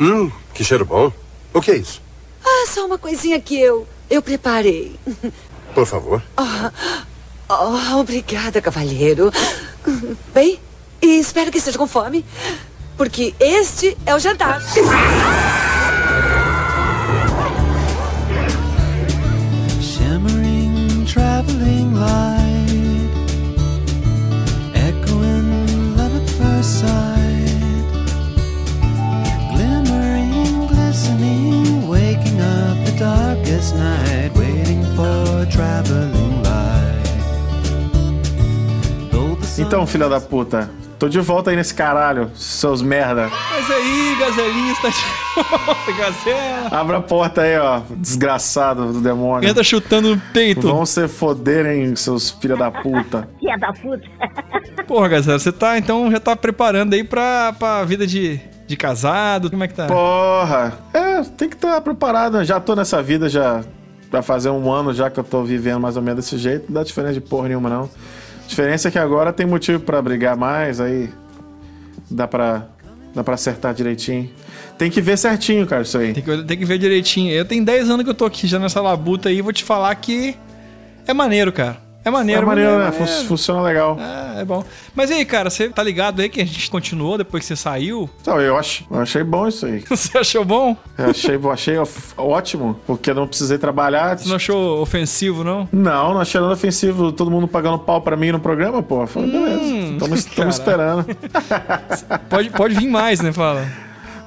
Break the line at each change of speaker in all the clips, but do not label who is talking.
Hum, que cheiro bom. O que é isso?
Ah, só uma coisinha que eu. Eu preparei.
Por favor.
Oh, obrigada, cavalheiro. Bem, e espero que esteja com fome, porque este é o jantar.
shimmering traveling light echoing love at first sight glimmering glistening waking up the darkest night waiting for traveling light Though the sun
Então, filha da puta, tô de volta aí nesse caralho, seus merda.
Mas aí, gazelinha, está de volta, gazela.
Abra a porta aí, ó, desgraçado do demônio.
Entra chutando no peito.
Vão se foderem, seus filha da puta.
Filha da puta.
Porra, gazela, você tá, então, já tá preparando aí pra, pra vida de, de casado. Como é que tá?
Porra! É, tem que estar preparado. Já tô nessa vida, já. Pra fazer um ano já que eu tô vivendo mais ou menos desse jeito. Não dá diferença de porra nenhuma, não. A diferença é que agora tem motivo pra brigar mais, aí. Dá pra. Dá pra acertar direitinho. Tem que ver certinho, cara, isso aí.
Tem que, tem que ver direitinho. Eu tenho 10 anos que eu tô aqui já nessa labuta aí, vou te falar que é maneiro, cara. É maneiro,
é maneiro, né? Fun-
maneiro.
Funciona legal.
É, é bom. Mas e aí, cara, você tá ligado aí que a gente continuou depois que você saiu?
Então, eu, ach, eu achei bom isso aí.
Você achou bom?
Eu achei, eu achei of- ótimo, porque eu não precisei trabalhar.
Você não achou ofensivo, não?
Não, não achei nada ofensivo. Todo mundo pagando pau pra mim no programa, pô. Eu Falei, beleza, tamo,
Hum,
tamo
caralho.
esperando.
Pode, pode vir mais, né? Fala.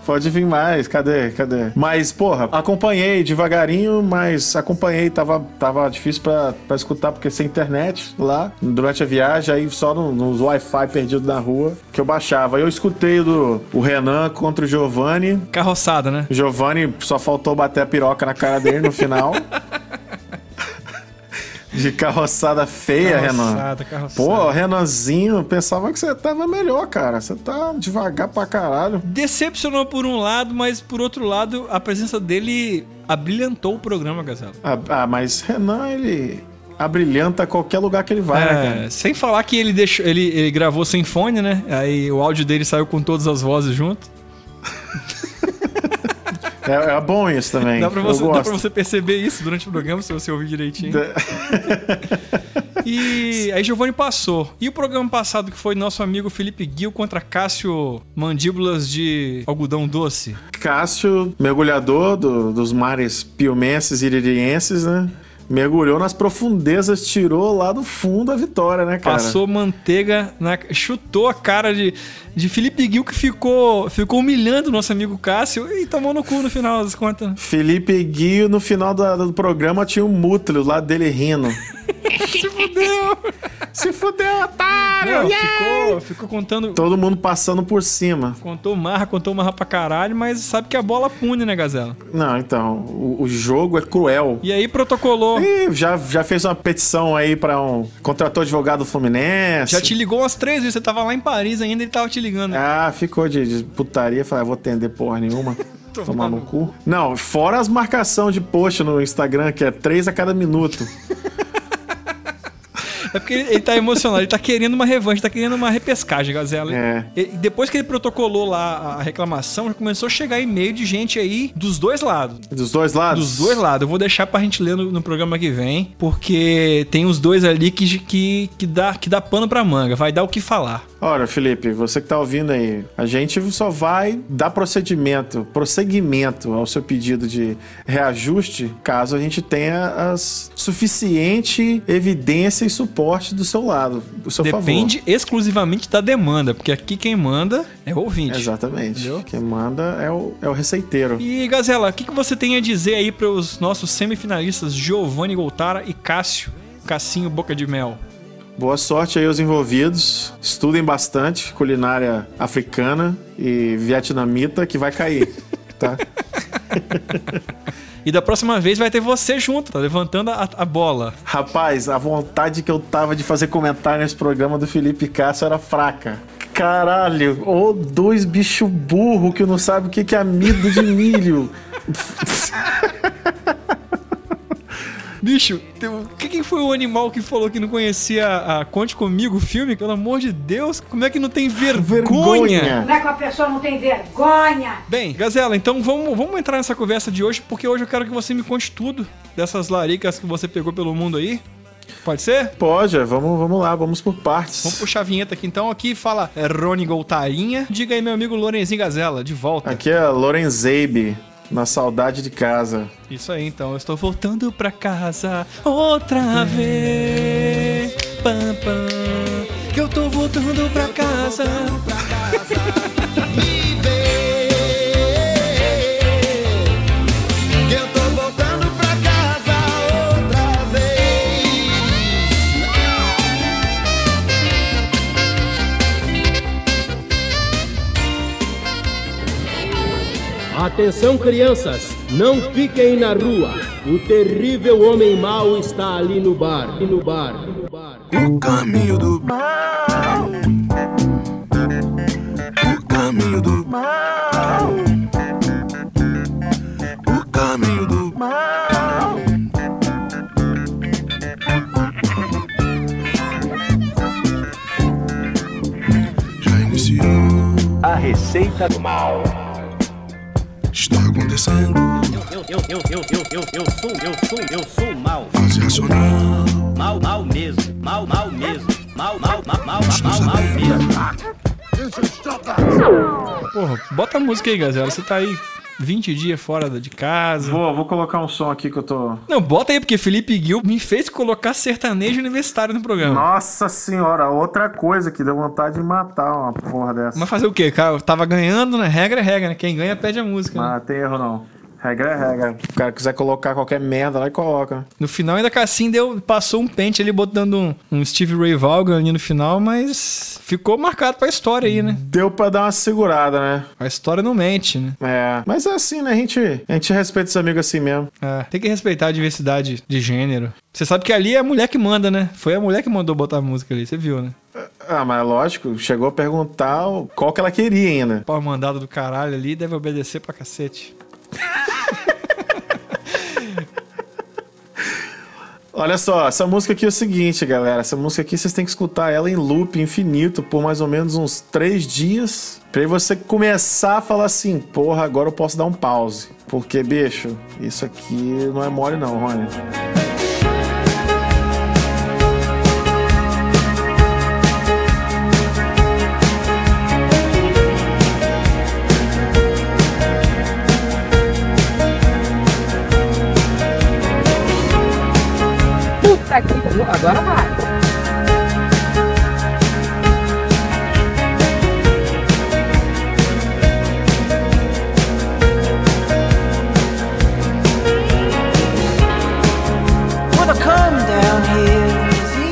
Pode vir mais, cadê, cadê? Mas, porra, acompanhei devagarinho, mas acompanhei, tava, tava difícil pra, pra escutar, porque sem internet lá, durante a viagem, aí só no- nos Wi-Fi perdido na rua, que eu baixava. Eu escutei do o Renan contra o Giovanni,
Carroçada, né?
O Giovanni só faltou bater a piroca na cara dele no final. De carroçada feia,
Carroçada,
Renan.
carroçada.
Pô, Renanzinho, eu pensava que você tava melhor, cara. Você tá devagar pra caralho.
Decepcionou por um lado, mas por outro lado, a presença dele abrilhantou o programa, Gazela.
Ah, ah, mas Renan, ele abrilhanta qualquer lugar que ele vai, né, cara?
É, sem falar que ele deixou, ele, ele gravou sem fone, né? Aí o áudio dele saiu com todas as vozes junto.
É, é bom isso também.
Dá pra, você,
eu
dá
gosto.
pra você perceber isso durante o programa, se você ouvir direitinho. E aí Giovanni passou. E o programa passado que foi nosso amigo Felipe Gil contra Cássio Mandíbulas de Algodão Doce?
Cássio, mergulhador do- dos mares piumenses e iririenses, né? Mergulhou nas profundezas, tirou lá do fundo a vitória, né, cara?
Passou manteiga na. chutou a cara de, de Felipe Gil que ficou, ficou humilhando o nosso amigo Cássio e tomou no cu no final das contas. né?
Felipe Guio, no final da- do programa, tinha um mútulo lá dele rindo.
Se fudeu!
Se fudeu, otário!
Não,
Yeah!
ficou, ficou contando.
Todo mundo passando por cima.
Contou marra, contou marra pra caralho, mas sabe que a bola pune, né, Gazela?
Não, então, o, o jogo é cruel.
E aí protocolou.
Ih, já, já fez uma petição aí pra um. Contratou advogado do Fluminense.
Já te ligou umas três vezes, você tava lá em Paris ainda, ele tava te ligando.
Ah, ficou de, de putaria. Falei, ah, vou atender porra nenhuma. Tomar no cu. Não, fora as marcações de post no Instagram, que é três a cada minuto.
É porque ele, ele tá emocionado, ele tá querendo uma revanche, tá querendo uma repescagem, Gazela.
É.
E- e depois que ele protocolou lá a reclamação, já começou a chegar e-mail de gente aí dos dois lados.
Dos dois lados?
Dos dois lados. Eu vou deixar pra gente ler no, no programa que vem, porque tem os dois ali que, que, que, dá, que dá pano pra manga, vai dar o que falar.
Olha, Felipe, você que tá ouvindo aí, a gente só vai dar procedimento, prosseguimento ao seu pedido de reajuste, caso a gente tenha as suficiente evidência e suporte do seu lado, do seu
Depende exclusivamente da demanda, porque aqui quem manda é o
favor.
ouvinte.
Exatamente.
Entendeu?
Quem manda é o, é o receiteiro.
E Gazela, o que, que você tem a dizer aí para os nossos semifinalistas Giovanni Goltara e Cássio? Cassinho Boca de Mel.
Boa sorte aí aos envolvidos. Estudem bastante culinária africana e vietnamita que vai cair, tá?
E da próxima vez vai ter você junto, tá levantando a, a bola.
Rapaz, a vontade que eu tava de fazer comentário nesse programa do Felipe Cássio era fraca. Caralho, ô dois bicho burro que não sabe o que que é amido de milho.
Bicho, tem- o que, que foi o animal que falou que não conhecia a, a Conte Comigo o filme? Pelo amor de Deus, como é que não tem vergonha?
Vergonha.
Não é que uma pessoa não tem vergonha.
Bem, Gazela, então vamos, vamos entrar nessa conversa de hoje, porque hoje eu quero que você me conte tudo dessas laricas que você pegou pelo mundo aí. Pode ser?
Pode, vamos, vamos lá, vamos por partes.
Vamos puxar a vinheta aqui então. Aqui fala é, Rony Goltarinha. Diga aí, meu amigo Lorenzinho Gazela, de volta.
Aqui é Lorenzeib, na saudade de casa.
Isso aí então, eu estou voltando pra casa outra vez. Pam, pam. Que eu tô voltando pra casa.
Eu tô voltando pra casa outra vez.
Atenção, crianças, não fiquem na rua. O terrível homem mau está ali no bar, ali no bar, ali no bar.
Já iniciou. A receita do mal. Está acontecendo.
Eu, eu, eu, eu, eu, eu, eu, eu sou, eu sou, eu sou mal.
Fase racional.
Mal, mal mesmo. Mal, mal mesmo. Mal, mal, mal, mal, mal, mal mesmo.
Porra, bota a música aí, Gazela. Você tá aí 20 dias fora de casa.
Vou, vou colocar um som aqui que eu tô.
Não, bota aí, porque Felipe Gil me fez colocar sertanejo universitário no programa.
Nossa senhora, outra coisa que deu vontade de matar uma porra dessa.
Mas fazer o quê, cara? Eu tava ganhando, né? Regra é regra, né? Quem ganha pede a música. né?
Não tem erro não. Regra é regra. Se o cara quiser colocar qualquer merda lá e coloca.
No final, ainda Cassim deu, passou um pente ali botando um, um Steve Ray Vaughan ali no final, mas ficou marcado pra história aí, né?
Deu pra dar uma segurada, né?
A história não mente, né?
É. Mas é assim, né? A gente, a gente respeita os amigos assim mesmo.
É, tem que respeitar a diversidade de gênero. Você sabe que ali é a mulher que manda, né? Foi a mulher que mandou botar a música ali, você viu, né?
Ah, mas lógico, chegou a perguntar o- qual que ela queria ainda.
Pau mandado do caralho ali, deve obedecer pra cacete.
Olha só, essa música aqui é o seguinte, galera. Essa música aqui vocês têm que escutar ela em loop infinito por mais ou menos uns três dias. Pra aí você começar a falar assim, porra, agora eu posso dar um pause. Porque, bicho, isso aqui não é mole não, Rony.
Puta que. Agora vai.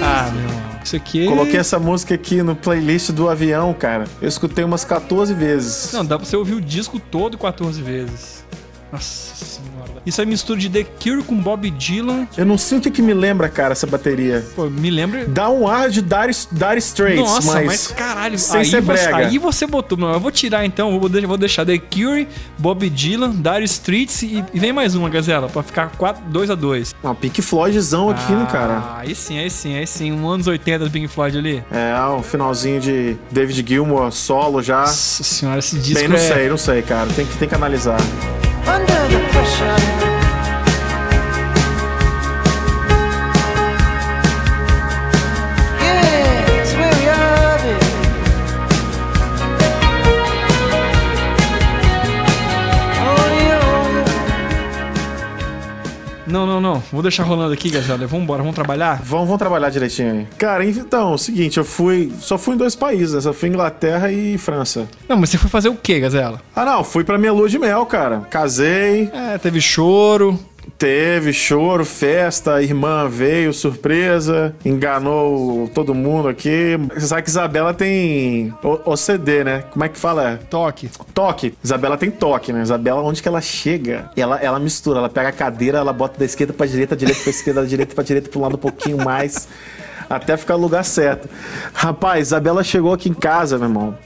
Ah, meu. Isso aqui.
Coloquei essa música aqui no playlist do avião, cara. Eu escutei umas 14 vezes.
Não, dá pra você ouvir o disco todo 14 vezes. Nossa senhora. Isso é mistura de The Cure com Bob Dylan.
Eu não sei o que, que me lembra, cara, essa bateria.
Pô, me lembra.
Dá um ar de Dire, Dire Straits,
Nossa, mas,
mas...
caralho,
sem
aí,
ser
você,
brega.
aí você botou. Não, eu vou tirar então, vou deixar, vou deixar The Cure, Bob Dylan, Dire Streets e, e vem mais uma, Gazela, pra ficar 2x2.
Não, é um Pink Floydzão aqui, né, cara?
Ah, Aí sim, aí sim, aí sim. Um anos 80 do Pink Floyd ali.
É, um finalzinho de David Gilmour solo já.
Nossa senhora, esse disco
Ah. Bem, não
é...
sei, não sei, cara. Tem que, tem que analisar.
Não, não, não. Vou deixar rolando aqui, Gazela. Vambora, vamos trabalhar?
Vamos, vamos trabalhar direitinho aí. Cara, então, é o seguinte, eu fui. Só fui em dois países, né? Só fui Inglaterra e França.
Não, mas você foi fazer o quê, Gazela?
Ah, não, fui pra minha lua de mel, cara. Casei,
É, teve choro.
teve choro, festa, a irmã veio, surpresa, enganou todo mundo aqui. Você sabe que Isabela tem O- OCD, né? Como é que fala?
Toque.
Toque. Isabela tem toque, né? Isabela, onde que ela chega, ela, ela mistura. Ela pega a cadeira, ela bota da esquerda pra direita, da direita pra esquerda, da direita pra direita, pro lado um pouquinho mais. Até ficar no lugar certo. Rapaz, Isabela chegou aqui em casa, meu irmão.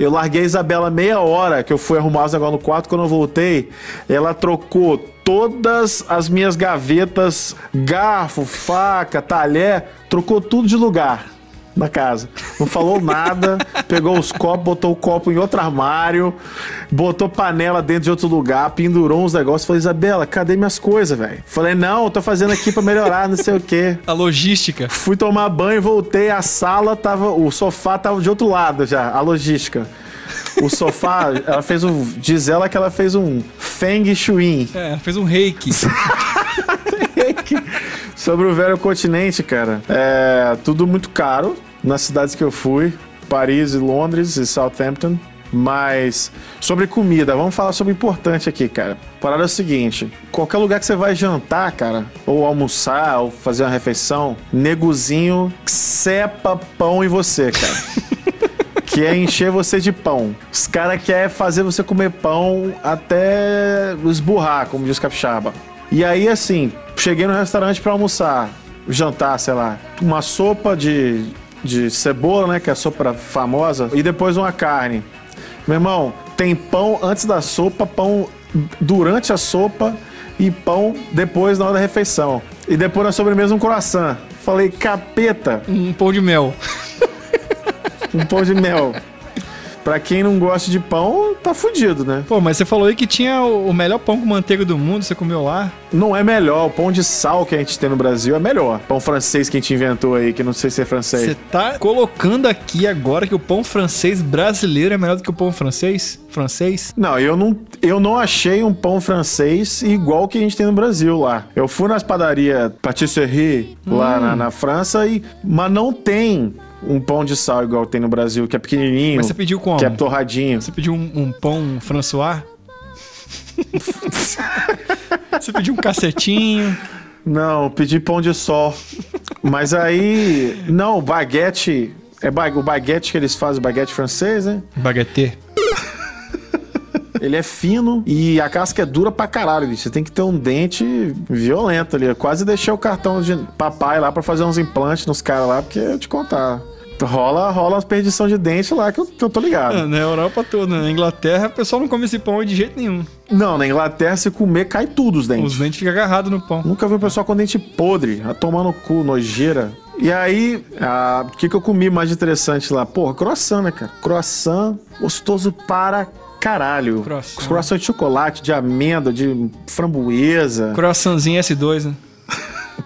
Eu larguei a Isabela meia hora que eu fui arrumar os negócios no quarto. Quando eu voltei, ela trocou todas as minhas gavetas, garfo, faca, talher, trocou tudo de lugar na casa. Não falou nada, pegou os copos, botou o copo em outro armário, botou panela dentro de outro lugar, pendurou uns negócios. Falei, Isabela, cadê minhas coisas, velho? Falei, não, eu tô fazendo aqui pra melhorar, não sei o quê.
A logística.
Fui tomar banho, voltei, a sala tava. O sofá tava de outro lado já, a logística. O sofá, ela fez um. Diz ela que ela fez um Feng Shui.
É, fez um reiki.
Sobre o velho continente, cara. É tudo muito caro nas cidades que eu fui: Paris e Londres e Southampton. Mas sobre comida, vamos falar sobre o importante aqui, cara. A Parada é o seguinte: qualquer lugar que você vai jantar, cara, ou almoçar, ou fazer uma refeição, negozinho cepa pão em você, cara. que é encher você de pão. Os caras querem fazer você comer pão até esburrar, como diz capixaba. E aí, assim, cheguei no restaurante pra almoçar, jantar, sei lá, uma sopa de, de cebola, né, que é a sopa famosa, e depois uma carne. Meu irmão, tem pão antes da sopa, pão durante a sopa e pão depois na hora da refeição. E depois na sobremesa um croissant. Falei, capeta,
Um pão de mel.
um pão de mel. Pra quem não gosta de pão, tá fudido, né?
Pô, mas você falou aí que tinha o o melhor pão com manteiga do mundo, você comeu lá.
Não é melhor. O pão de sal que a gente tem no Brasil é melhor. Pão francês que a gente inventou aí, que não sei se é francês.
Você tá colocando aqui agora que o pão francês brasileiro é melhor do que o pão francês? Francês?
Não, eu não, eu não achei um pão francês igual que a gente tem no Brasil lá. Eu fui nas padarias Patisserie lá
Hum.
na, na França, e, mas não tem um pão de sal igual tem no Brasil, que é pequenininho.
Mas você pediu como?
Que é torradinho.
Você pediu um, um pão François? você pediu um cacetinho?
Não, eu pedi pão de sol. Mas aí. Não, baguete. É ba- o baguete que eles fazem, baguete francês, né?
Baguete.
Ele é fino e a casca é dura pra caralho, bicho. Você tem que ter um dente violento ali. Eu quase deixei o cartão de papai lá pra fazer uns implantes nos caras lá, porque eu te contar. Rola, rola as perdição de dente lá que eu, que eu tô ligado.
Ah, Na Europa toda, na Inglaterra, o pessoal não come esse pão aí de jeito nenhum.
Não, na Inglaterra, se comer, cai tudo os dentes.
Os dentes ficam agarrados no pão.
Nunca vi um pessoal com dente podre, a tomar no cu, nojeira. E aí, ah, o que, que eu comi mais interessante lá? Porra, croissant, né, cara? Croissant gostoso para caralho.
Croissant.
croissant de chocolate, de amêndoa, de framboesa.
Croissantzinho S2, né?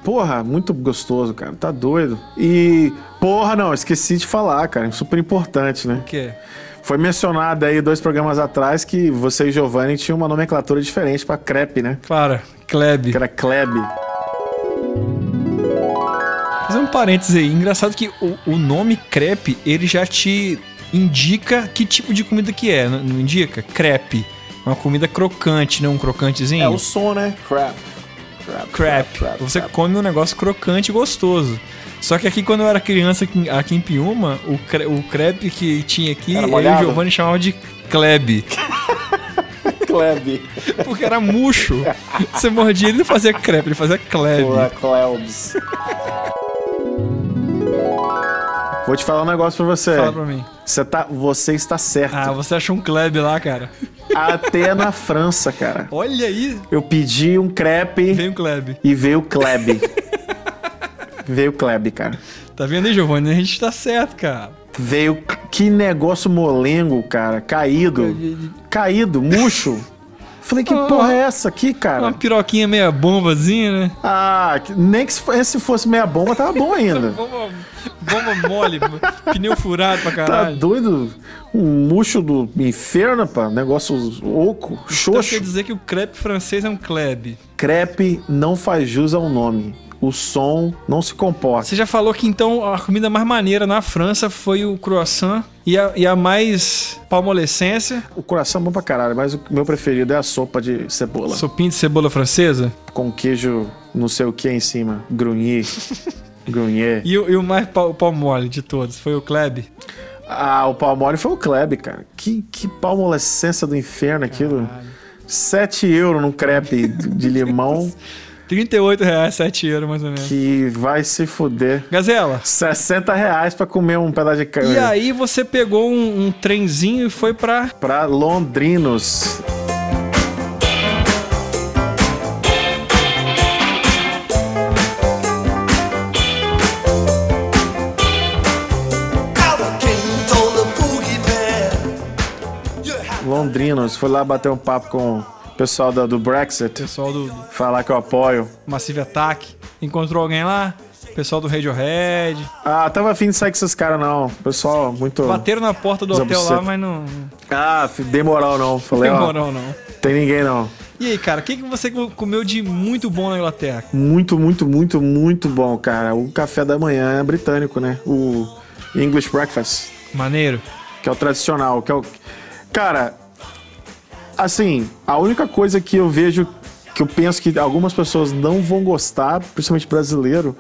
Porra, muito gostoso, cara. Tá doido. E, porra, não, esqueci de falar, cara. Super importante, né?
O quê?
Foi mencionado aí dois programas atrás que você e Giovanni tinham uma nomenclatura diferente pra crepe, né?
Claro, Kleb.
Que era Klebe.
Fazer um parênteses aí. Engraçado que o, o nome crepe, ele já te indica que tipo de comida que é, não não indica? Crepe. É uma comida crocante, não um crocantezinho?
É o som, né? Crap.
crepe. Você come um negócio crocante e gostoso. Só que aqui, quando eu era criança aqui, aqui em Piuma, o, cre- o crepe que tinha aqui,
Era
eu e o
molhado?
Giovanni chamava de Kleb.
Klebe.
Porque era murcho. Você mordia, ele não fazia crepe, ele fazia Kleb.
Pula, Klebs. Vou te falar um negócio pra você.
Fala pra mim.
Você, tá, você está
Ah,
certo.
você achou um Kleb lá, cara.
Até na França, cara.
Olha aí,
Eu pedi um crepe
vem o Kleb.
e veio o Klebe. veio o Klebe, cara.
Tá vendo aí, Giovanni? A gente tá certo, cara.
Veio. Que negócio molengo, cara. Caído. Caído, murcho. Falei,
Ah.
que porra é essa aqui, cara?
Uma piroquinha meia bombazinha, né?
Ah, que- nem que se fo- se fosse meia bomba, tava bom ainda.
Bomba, bomba mole, pneu furado pra
Tá
caralho.
doido? Um murcho do inferno, pá. Negócio oco,
Então quer
xoxo.
dizer que o crepe francês é um Kleb.
Crepe não faz jus ao nome. O som não se comporta.
Você já falou que então a comida mais maneira na França foi o croissant e a, e a mais palmolescência,
O coração é bom pra caralho, mas o meu preferido é a sopa de cebola.
sopinha de cebola francesa.
Com queijo não sei o que em cima. Grunhir. Grunher.
E, o- e o mais pau, pau mole de todos foi o Kleb.
Ah, o Palmole foi o Kleb, cara. Que, que palmolescência do inferno aquilo. 7 euros num crepe de limão.
38 reais, 7 euros mais ou menos.
Que vai se fuder.
Gazela,
60 reais pra comer um pedaço de carne.
e aí você pegou um, um trenzinho e foi pra...
Pra Londrinos. Londrinos. Fui lá bater um papo com o pessoal da- do Brexit.
Pessoal do do
Falar que eu apoio.
Massive Attack. Encontrou alguém lá? Pessoal do Radiohead.
Ah, tava afim de sair com esses caras, não. Pessoal, muito.
Bateram na porta do
Zé
hotel lá,
Buceta.
mas não... não
Ah, f- dei moral, não. Falei,
Tem
ó,
moral, não.
tem ninguém, não.
E aí, cara, o que, que você co- comeu de muito bom na Inglaterra?
Muito, muito, muito, muito bom, cara. O café da manhã é britânico, né? O English Breakfast,
Maneiro.
que é o tradicional, que é o. Cara, assim, a única coisa que eu vejo que eu penso que algumas pessoas não vão gostar, principalmente brasileiro,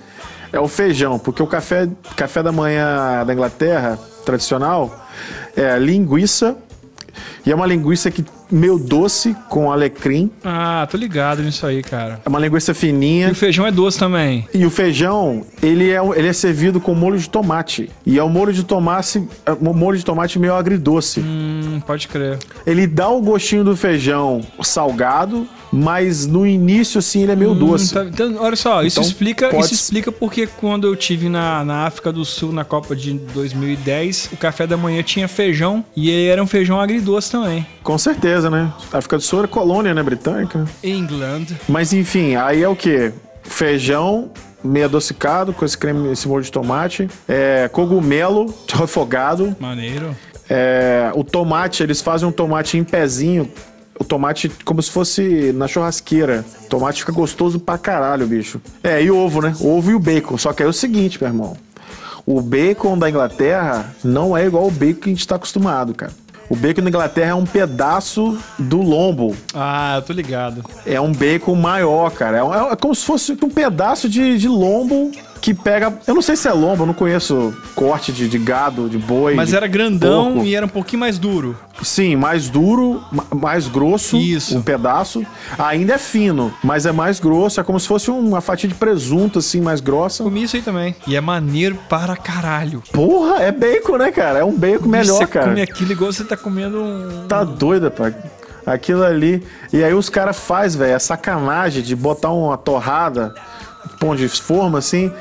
é o feijão, porque o café, café da manhã da Inglaterra, tradicional, é linguiça. E é uma linguiça que meio doce com alecrim.
Ah, tô ligado nisso aí, cara.
É uma linguiça
E
fininha.
o feijão é doce também.
E o feijão, ele é, ele é servido com molho de tomate. E é um molho de tomate, é um molho de tomate meio agridoce.
Hum, pode crer.
Ele dá o gostinho do feijão salgado, mas no início, assim, ele é meio doce.
Hum, tá- então, olha só, isso
Então,
explica
pode-
isso explica porque quando eu tive na, na África do Sul na Copa de 2010, o café da manhã tinha feijão e ele era um feijão agridoce também.
Com certeza, né? África do Sul era colônia, né, britânica.
England.
Mas enfim, aí é o quê? Feijão meio adocicado com esse creme, esse molho de tomate, é, cogumelo refogado,
Maneiro.
É, o tomate, eles fazem um tomate em pezinho. O tomate como se fosse na churrasqueira. O tomate fica gostoso pra caralho, bicho. É, e ovo, né? Ovo e o bacon. Só que aí é o seguinte, meu irmão. O bacon da Inglaterra não é igual o bacon que a gente tá acostumado, cara. O bacon da Inglaterra é um pedaço do lombo.
Ah, eu tô ligado.
É um bacon maior, cara. É, um- é como se fosse um pedaço de, de lombo que pega. Eu não sei se é lombo, eu não conheço corte de, de gado, de boi.
Mas
de
era grandão
porco.
e era um pouquinho mais duro.
Sim, mais duro, ma- mais grosso
Isso.
o pedaço. Ainda é fino, mas é mais grosso. É como se fosse uma fatia de presunto, assim, mais grossa.
Comi isso aí também. E é maneiro para caralho.
Porra, é bacon, né, cara? É um bacon melhor,
você
cara.
come aquilo igual você tá comendo um.
Tá doida, pá. Aquilo ali. E aí os caras fazem, velho, a sacanagem de botar uma torrada, pão de forma, assim.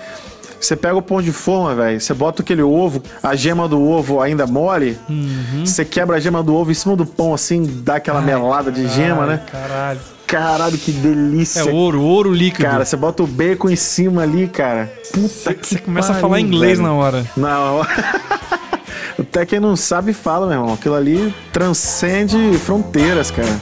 Você pega o pão de forma, velho, você bota aquele ovo, a gema do ovo ainda mole,
Uhum.
você quebra a gema do ovo em cima do pão, assim, dá aquela melada de gema,
Ai,
né?
Caralho.
Caralho, que delícia.
É ouro, ouro líquido.
Cara, você bota o bacon em cima ali, cara. Puta que
você começa a
pariu,
falar inglês
velho.
na hora.
Não. Até quem não sabe fala, meu irmão. Aquilo ali transcende fronteiras, cara.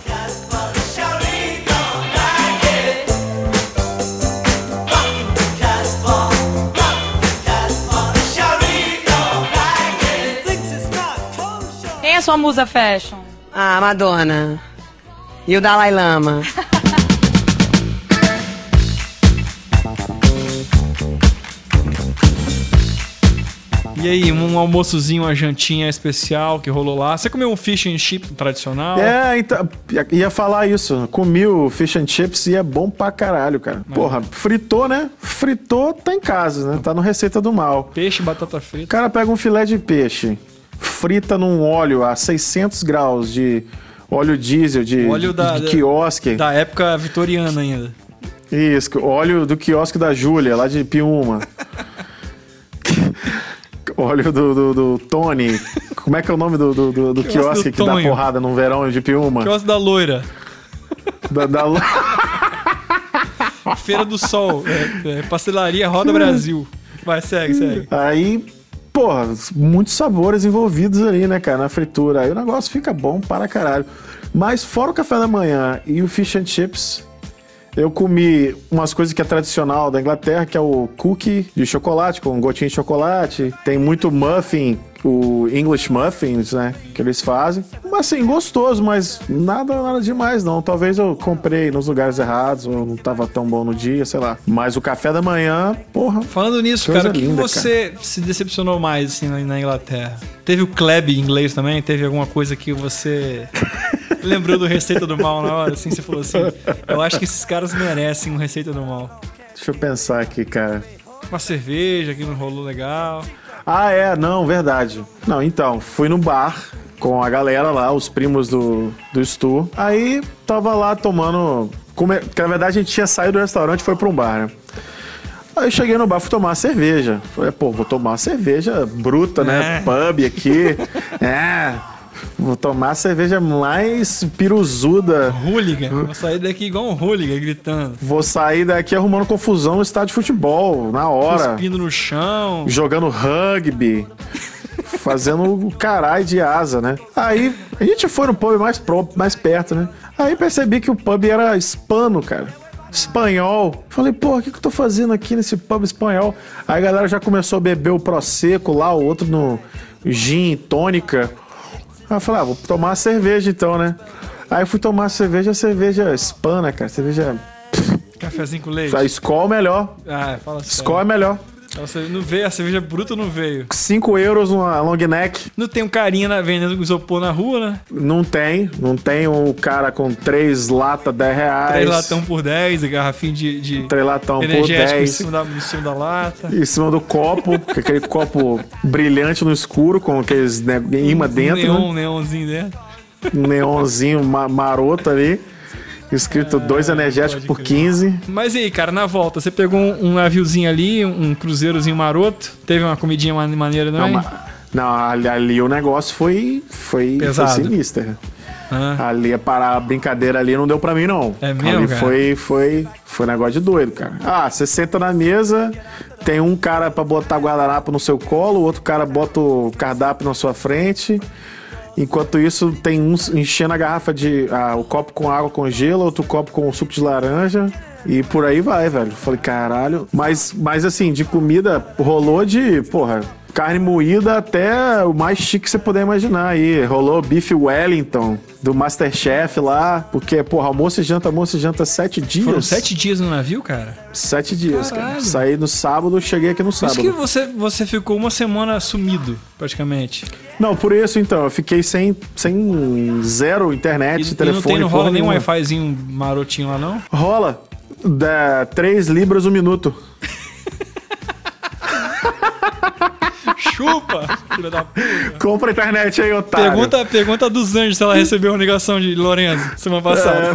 Quem é sua musa fashion?
Ah, Madonna. E o Dalai Lama.
E aí, um almoçozinho, uma jantinha especial que rolou lá. Você comeu um fish and chip tradicional?
É, então, ia- ia falar isso. Comi o fish and chips e é bom pra caralho, cara.
É.
Porra, fritou, né? Fritou, tá em casa, né? Tá no Receita do Mal.
Peixe, batata
O
frita.
cara pega um filé de peixe, frita num óleo a 600 graus de óleo diesel, de,
Óleo
de-
da-
de quiosque.
Da época vitoriana ainda.
Isso, óleo do quiosque da Júlia, lá de Piúma. óleo do, do, do Tony. Como é que é o nome do, do, do- do
Quiosque
quiosque
do
que dá
Tonho.
porrada num verão de Piúma?
Que gosto da loira.
Da, da... lo-
Feira do Sol. É, é, pastelaria Roda Brasil. Vai, segue, segue.
Aí, porra, muitos sabores envolvidos ali, né, cara, na fritura. Aí o negócio fica bom para caralho. Mas fora o café da manhã e o fish and chips, eu comi umas coisas que é tradicional da Inglaterra, que é o cookie de chocolate, com gotinha de chocolate. Tem muito muffin, o English muffins, né, que eles fazem. Mas assim, gostoso, mas nada, nada demais não. Talvez eu comprei nos lugares errados, ou não tava tão bom no dia, sei lá. Mas o café da manhã, porra,
Falando nisso,
Coisa
cara, o que que
linda,
você se decepcionou mais assim, na, na Inglaterra? Teve o club em inglês também? Teve alguma coisa que você lembrou do Receita do Mal na hora, assim, você falou assim, eu acho que esses caras merecem um Receita do Mal.
Deixa eu pensar aqui, cara.
Uma cerveja que não rolou legal.
Ah, é, não, verdade. Não, então, fui no bar com a galera lá, os primos do, do Stu. Aí tava lá tomando. Come... Que na verdade a gente tinha saído do restaurante e foi pra um bar, né? Aí eu cheguei no bar, fui tomar uma cerveja. Falei, pô, vou tomar uma cerveja bruta, né?
É.
Pub aqui. é. Vou tomar a cerveja mais piruzuda.
Hooligan.
Hum.
Eu vou sair daqui igual um hooligan, gritando.
Vou sair daqui arrumando confusão no estádio de futebol, na hora.
Cuspindo no chão.
Tipo, jogando rugby, fazendo o caralho de asa, né? Aí a gente foi no pub mais, pro, mais perto, né? Aí percebi que o pub era hispano, cara. Espanhol. Falei, porra, o que, que eu tô fazendo aqui nesse pub espanhol? Aí a galera já começou a beber o Prosecco lá, o outro no gin, tônica. Aí eu falei, ah, vou tomar uma cerveja então, né? Aí eu fui tomar a cerveja, cerveja hispana, cara. Cerveja.
Cafezinho com leite.
A Skol é melhor.
Ah, fala sério.
Skol é melhor.
Nossa, não veio, a cerveja bruta não veio.
5 euros uma long neck.
Não tem um carinha na, vendendo isopor na rua, né?
Não tem, não tem o cara com três lata 10 reais.
Três latão por 10, a garrafinha de, de
Três latão por
energético em
10.
cima, da, em cima da lata.
Em cima do copo, com aquele copo brilhante no escuro, com aqueles né, imã dentro,
Um neon,
né?
um neonzinho dentro.
um neonzinho ma- maroto ali.
É,
Escrito dois energéticos
pode
por
crer.
15.
Mas e aí, cara, na volta, você pegou um, um naviozinho ali, um cruzeirozinho maroto, teve uma comidinha ma- maneira, não
Não,
é?
ma- não, ali, ali o negócio foi, foi, foi
Pesado.
sinistro. né?
Ah.
Ali a parar a brincadeira ali não deu pra mim, não.
É mesmo,
Ali
cara?
foi, foi, foi negócio de doido, cara. Ah, você senta na mesa, tem um cara pra botar guardanapo no seu colo, o outro cara bota o cardápio na sua frente. Enquanto isso, tem um enchendo a garrafa de. ah, o copo com água com gelo, outro copo com suco de laranja. E por aí vai, velho. Falei, caralho. Mas, mas assim, de comida rolou de, porra, carne moída até o mais chique que você puder imaginar aí. Rolou bife Wellington do Masterchef lá. Porque, porra, almoço e janta, almoço e janta sete dias.
Foram sete dias no navio, cara?
Sete dias, cara.
Caralho.
Saí no sábado, cheguei aqui no
Por
sábado.
isso que você, você ficou uma semana sumido, praticamente.
Não, por isso então, eu fiquei sem, sem zero
E,
internet,
e
telefone.
não, tem, não
porra
rola nem um
nenhuma.
Wi-Fizinho marotinho lá, não?
Rola. Dá 3 libras um minuto.
Chupa! filha da puta.
Compra a internet aí, otário.
Pergunta, pergunta dos anjos se ela recebeu uma ligação de Lorenzo semana passada.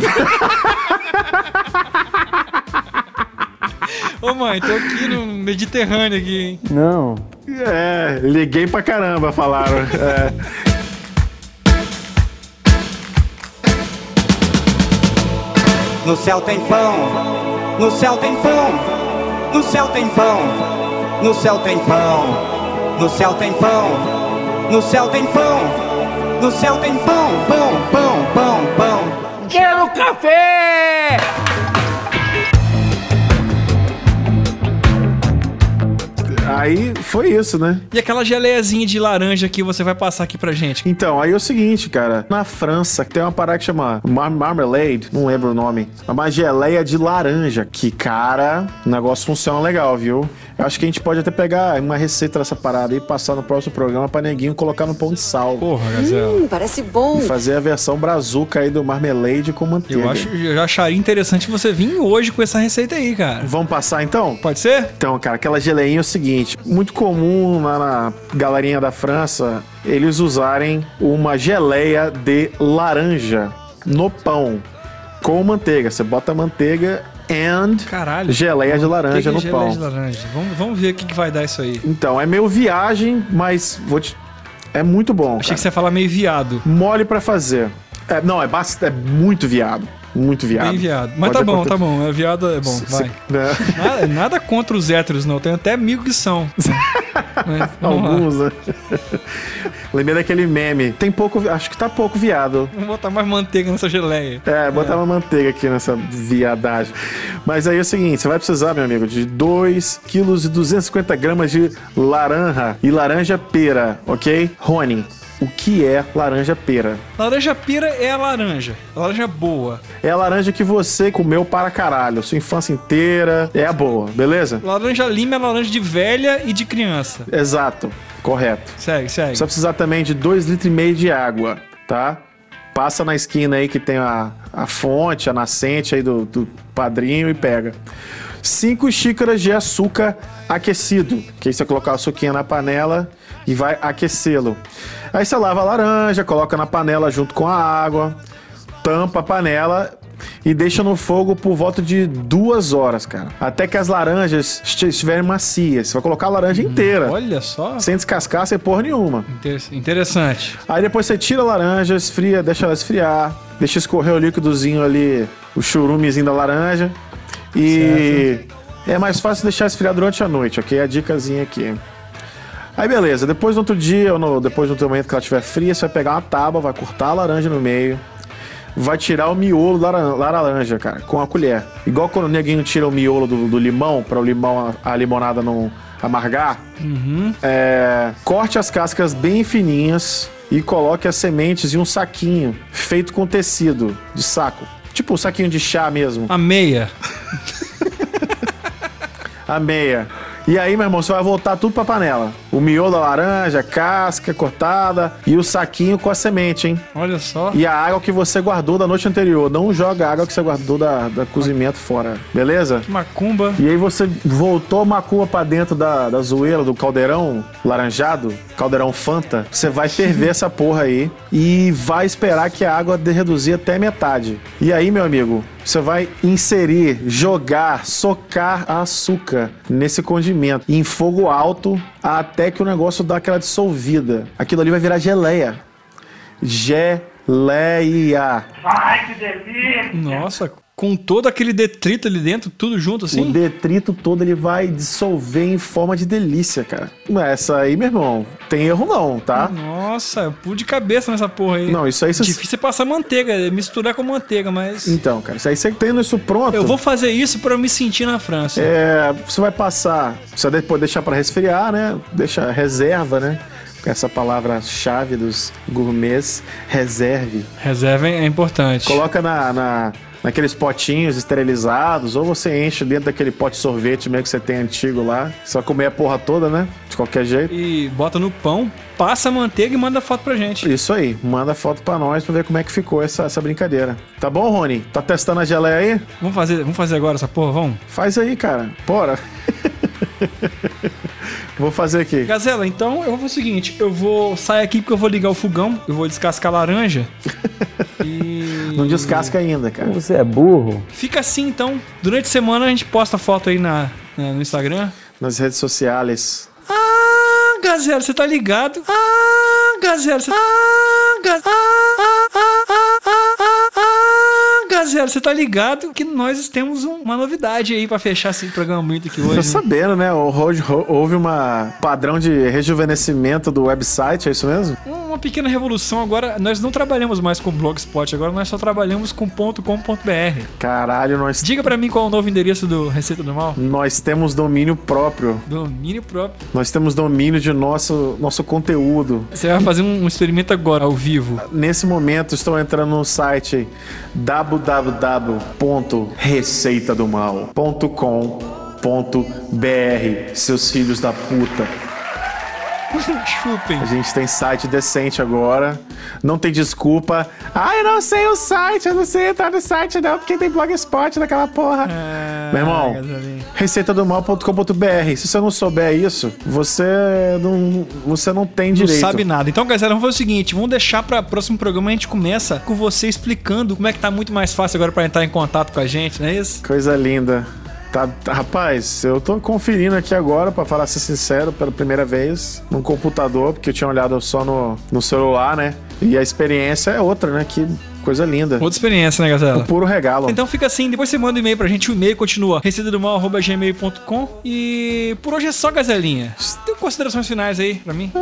É.
Ô mãe, tô aqui no Mediterrâneo aqui, hein?
É, liguei pra caramba, falaram. É.
No céu tem pão, no céu tem pão, no céu tem pão, no céu tem pão, no céu tem pão, no céu tem pão, no céu tem pão, pão, pão, pão, pão.
Aí foi isso, né?
E aquela geleiazinha de laranja que você vai passar aqui pra gente.
Então, aí é o seguinte, cara. Na França tem uma parada que chama mar- marmalade, não lembro o nome. É uma geleia de laranja, que, cara, o negócio funciona legal, viu? Eu acho que a gente pode até pegar uma receita dessa parada e passar no próximo programa pra neguinho colocar no pão de sal.
Porra, Gazela.
Hum, parece bom.
E fazer a versão brazuca aí do marmalade com manteiga.
Eu, acho, eu já acharia interessante você vir hoje com essa receita aí, cara.
Vamos passar então?
Pode ser?
Então, cara, aquela geleinha é o seguinte: muito comum lá na galerinha da França eles usarem uma geleia de laranja no pão com manteiga. Você bota manteiga and
Caralho.
geleia de laranja
Manteiga e
no
geleia
pão.
de laranja. Vamos, vamos ver o que, que vai dar isso aí.
Então, é meio viagem, mas vou te... é muito bom.
Achei
cara.
que você ia falar meio viado.
Mole pra fazer. É, não, é, bast... é muito viado. Muito viado.
Bem viado. Mas
Pode
tá bom,
acontecer.
tá bom. É viado é bom.
Se-
Vai.
né?
Nada, nada contra os héteros, não. Tem até amigo que são. Mas, vamos lá.
Alguns, né? Lembrei daquele meme. Tem pouco. vi- Acho que tá pouco viado.
Vamos botar mais manteiga nessa geleia.
É, botar uma manteiga aqui nessa viadagem. Mas aí é o seguinte, você vai precisar, meu amigo, de 2 kg e 250 gramas de laranja e laranja pera, ok? Rony, o que é laranja pera?
Laranja pira é a laranja. A laranja boa.
É a laranja que você comeu para caralho, sua infância inteira, é a boa, beleza?
Laranja lima é a laranja de velha e de criança.
Exato, correto.
Segue, segue.
Você vai precisar também de 2,5 litros de água, tá? Passa na esquina aí que tem a, a fonte, a nascente aí do, do padrinho e pega. Cinco xícaras de açúcar aquecido, que aí você colocar o suquinho na panela e vai aquecê-lo. Aí você lava a laranja, coloca na panela junto com a água, tampa a panela e deixa no fogo por volta de duas horas, cara. Até que as laranjas esti- estiverem macias. Você vai colocar a laranja inteira.
Olha só.
Sem descascar, sem porra nenhuma.
Inter- Interessante.
Aí depois você tira a laranja, esfria, deixa ela esfriar, deixa escorrer o líquidozinho ali, o churumezinho da laranja. E é mais fácil deixar esfriar durante a noite, ok? A dicasinha aqui. Aí beleza, depois no outro dia, ou no- depois no outro momento que ela estiver fria, você vai pegar uma tábua, vai cortar a laranja no meio, vai tirar o miolo da laran- da laranja, cara, com a colher. Igual quando o neguinho tira o miolo do, do limão, para o limão, a, a limonada não amargar. É, corte as cascas bem fininhas e coloque as sementes em um saquinho feito com tecido de saco. Tipo um saquinho de chá mesmo.
A meia.
A meia. E aí, meu irmão, você vai voltar tudo pra panela. O miolo da laranja, a casca cortada e o saquinho com a semente, hein?
Olha só.
E a água que você guardou da noite anterior. Não joga a água que você guardou da, da cozimento fora, beleza?
Macumba.
E aí você voltou a macumba pra dentro da, da zoeira, do caldeirão laranjado, caldeirão Fanta. Você vai ferver essa porra aí e vai esperar que a água de- reduzir até metade. E aí, meu amigo, você vai inserir, jogar, socar açúcar nesse condimento em fogo alto até que o negócio dá aquela dissolvida. Aquilo ali vai virar geleia. Geleia.
Nossa, com todo aquele detrito ali dentro, tudo junto
O
assim?
detrito todo ele vai dissolver em forma de delícia, cara. Essa aí, meu irmão, tem erro não, tá?
Nossa, eu pulo de cabeça nessa porra aí.
Não, isso aí você.
Difícil é passar manteiga, é misturar com manteiga, mas.
Então, cara, isso aí você tendo isso pronto.
Eu vou fazer isso pra eu me sentir na França.
É, você vai passar. Você vai depois deixar pra resfriar, né? Deixa reserva, né? Essa palavra-chave dos gourmets, reserve.
Reserva é importante.
Coloca na, na- naqueles potinhos esterilizados, ou você enche dentro daquele pote de sorvete mesmo que você tem antigo lá. Só comer a porra toda, né? De qualquer jeito.
E bota no pão, passa a manteiga e manda foto pra gente.
Isso aí, manda foto pra nós pra ver como é que ficou essa, essa brincadeira. Tá bom, Rony? Tá testando a geleia aí?
Vamos fazer, vamos fazer agora essa porra, vamos?
Faz aí, cara. Bora. Vou fazer aqui.
Gazela, então eu vou fazer o seguinte: eu vou sair aqui porque eu vou ligar o fogão, eu vou descascar a laranja. e.
Não descasca ainda, cara.
Fica assim então. Durante a semana a gente posta foto aí na, na- no Instagram.
Nas redes sociais.
Ah, Gazela, você tá ligado? Ah, Gazela, você. Ah, Gazela. Ah, ah, ah, ah, ah, ah, ah, Gazela, você tá ligado que nós temos um- uma novidade aí pra fechar esse programa muito aqui
Tô
hoje. né?
sabendo, né? O Ro- Ro- Houve uma padrão de rejuvenescimento do website, é isso mesmo?
Um, Uma pequena revolução agora, nós não trabalhamos mais com Blogspot, agora nós só trabalhamos com .com.br.
Caralho, nós,
Diga pra mim qual é o novo endereço do Receita do Mal.
nós temos domínio próprio.
Domínio próprio.
Nós temos domínio de nosso, nosso conteúdo.
Você vai fazer um experimento agora, ao vivo.
Nesse momento, estou entrando no site www.receitadomal.com.br, seus filhos da puta.
Chupem.
A gente tem site decente agora. Não tem desculpa. Ah, eu não sei o site, eu não sei entrar no site não, porque tem blogspot daquela porra. Meu irmão,
É, Gasolina.
receitadomal.com.br. Se você não souber isso, você não, você não tem
Não
direito.
sabe nada. Então, galera, vamos fazer o seguinte: vamos deixar para próximo programa a gente começa com você explicando como é que tá muito mais fácil agora pra entrar em contato com a gente, não é isso?
Coisa linda. Tá, tá- rapaz, eu tô conferindo aqui agora, pra falar ser sincero, pela primeira vez, num computador, porque eu tinha olhado só no, no celular, né? E a experiência é outra, né? Que coisa linda.
Outra experiência, né, Gazela?
Puro regalo.
Então fica assim, depois você manda um e-mail pra gente, o e-mail continua receitadomal.gmail.com e por hoje é só, Gazelinha. Tem considerações finais aí pra mim?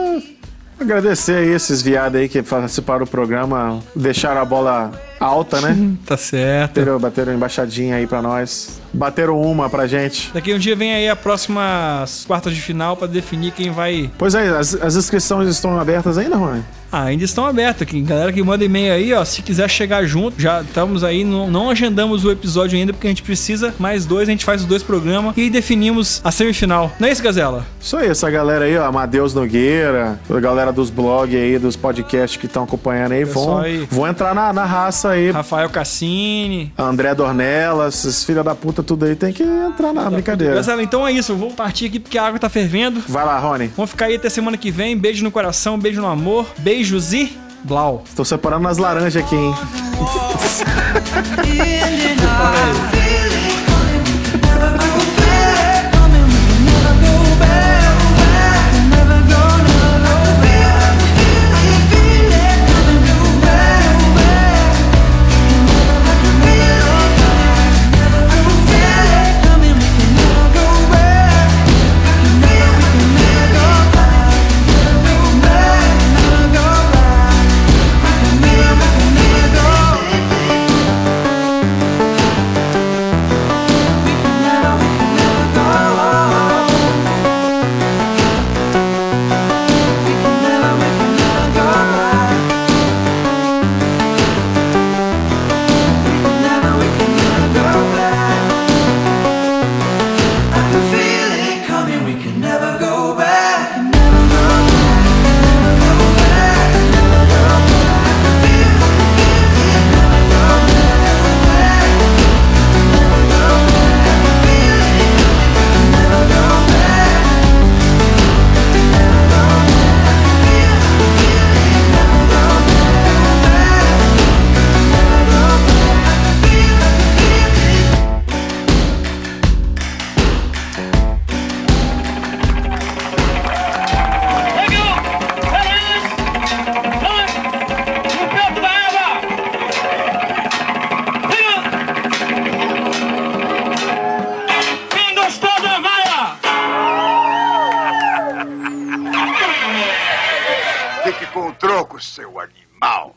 Agradecer aí esses viados aí que participaram do programa, deixaram a bola alta, né?
Tá certo.
Bateram, bateram embaixadinha aí pra nós. Bateram uma pra gente.
Daqui um dia vem aí a próxima quartas de final pra definir quem vai.
Pois é, as, as inscrições estão abertas ainda, Rony?
Ah, ainda estão abertas. Que- Galera que manda e-mail aí, ó, se quiser chegar junto, já estamos aí, não, não agendamos o episódio ainda, porque a gente precisa mais dois, a gente faz os dois programas e aí definimos a semifinal. Não é isso, Gazela?
Isso aí, essa galera aí, ó, Amadeus Nogueira, a galera dos blogs aí, dos podcasts que estão acompanhando aí, vão,
Pessoal aí.
vão entrar na, na raça aí.
Rafael Cassini.
André Dornelas, esses filha da puta, tudo aí tem que entrar na brincadeira.
Gazela, então é isso, eu vou partir aqui porque a água tá fervendo.
Vai lá, Rony.
Vamos ficar aí até semana que vem. Beijo no coração, beijo no amor, beijos e blau.
Estou separando as laranjas aqui, hein?
Quem gostou da vaia? Fique com o troco, seu animal.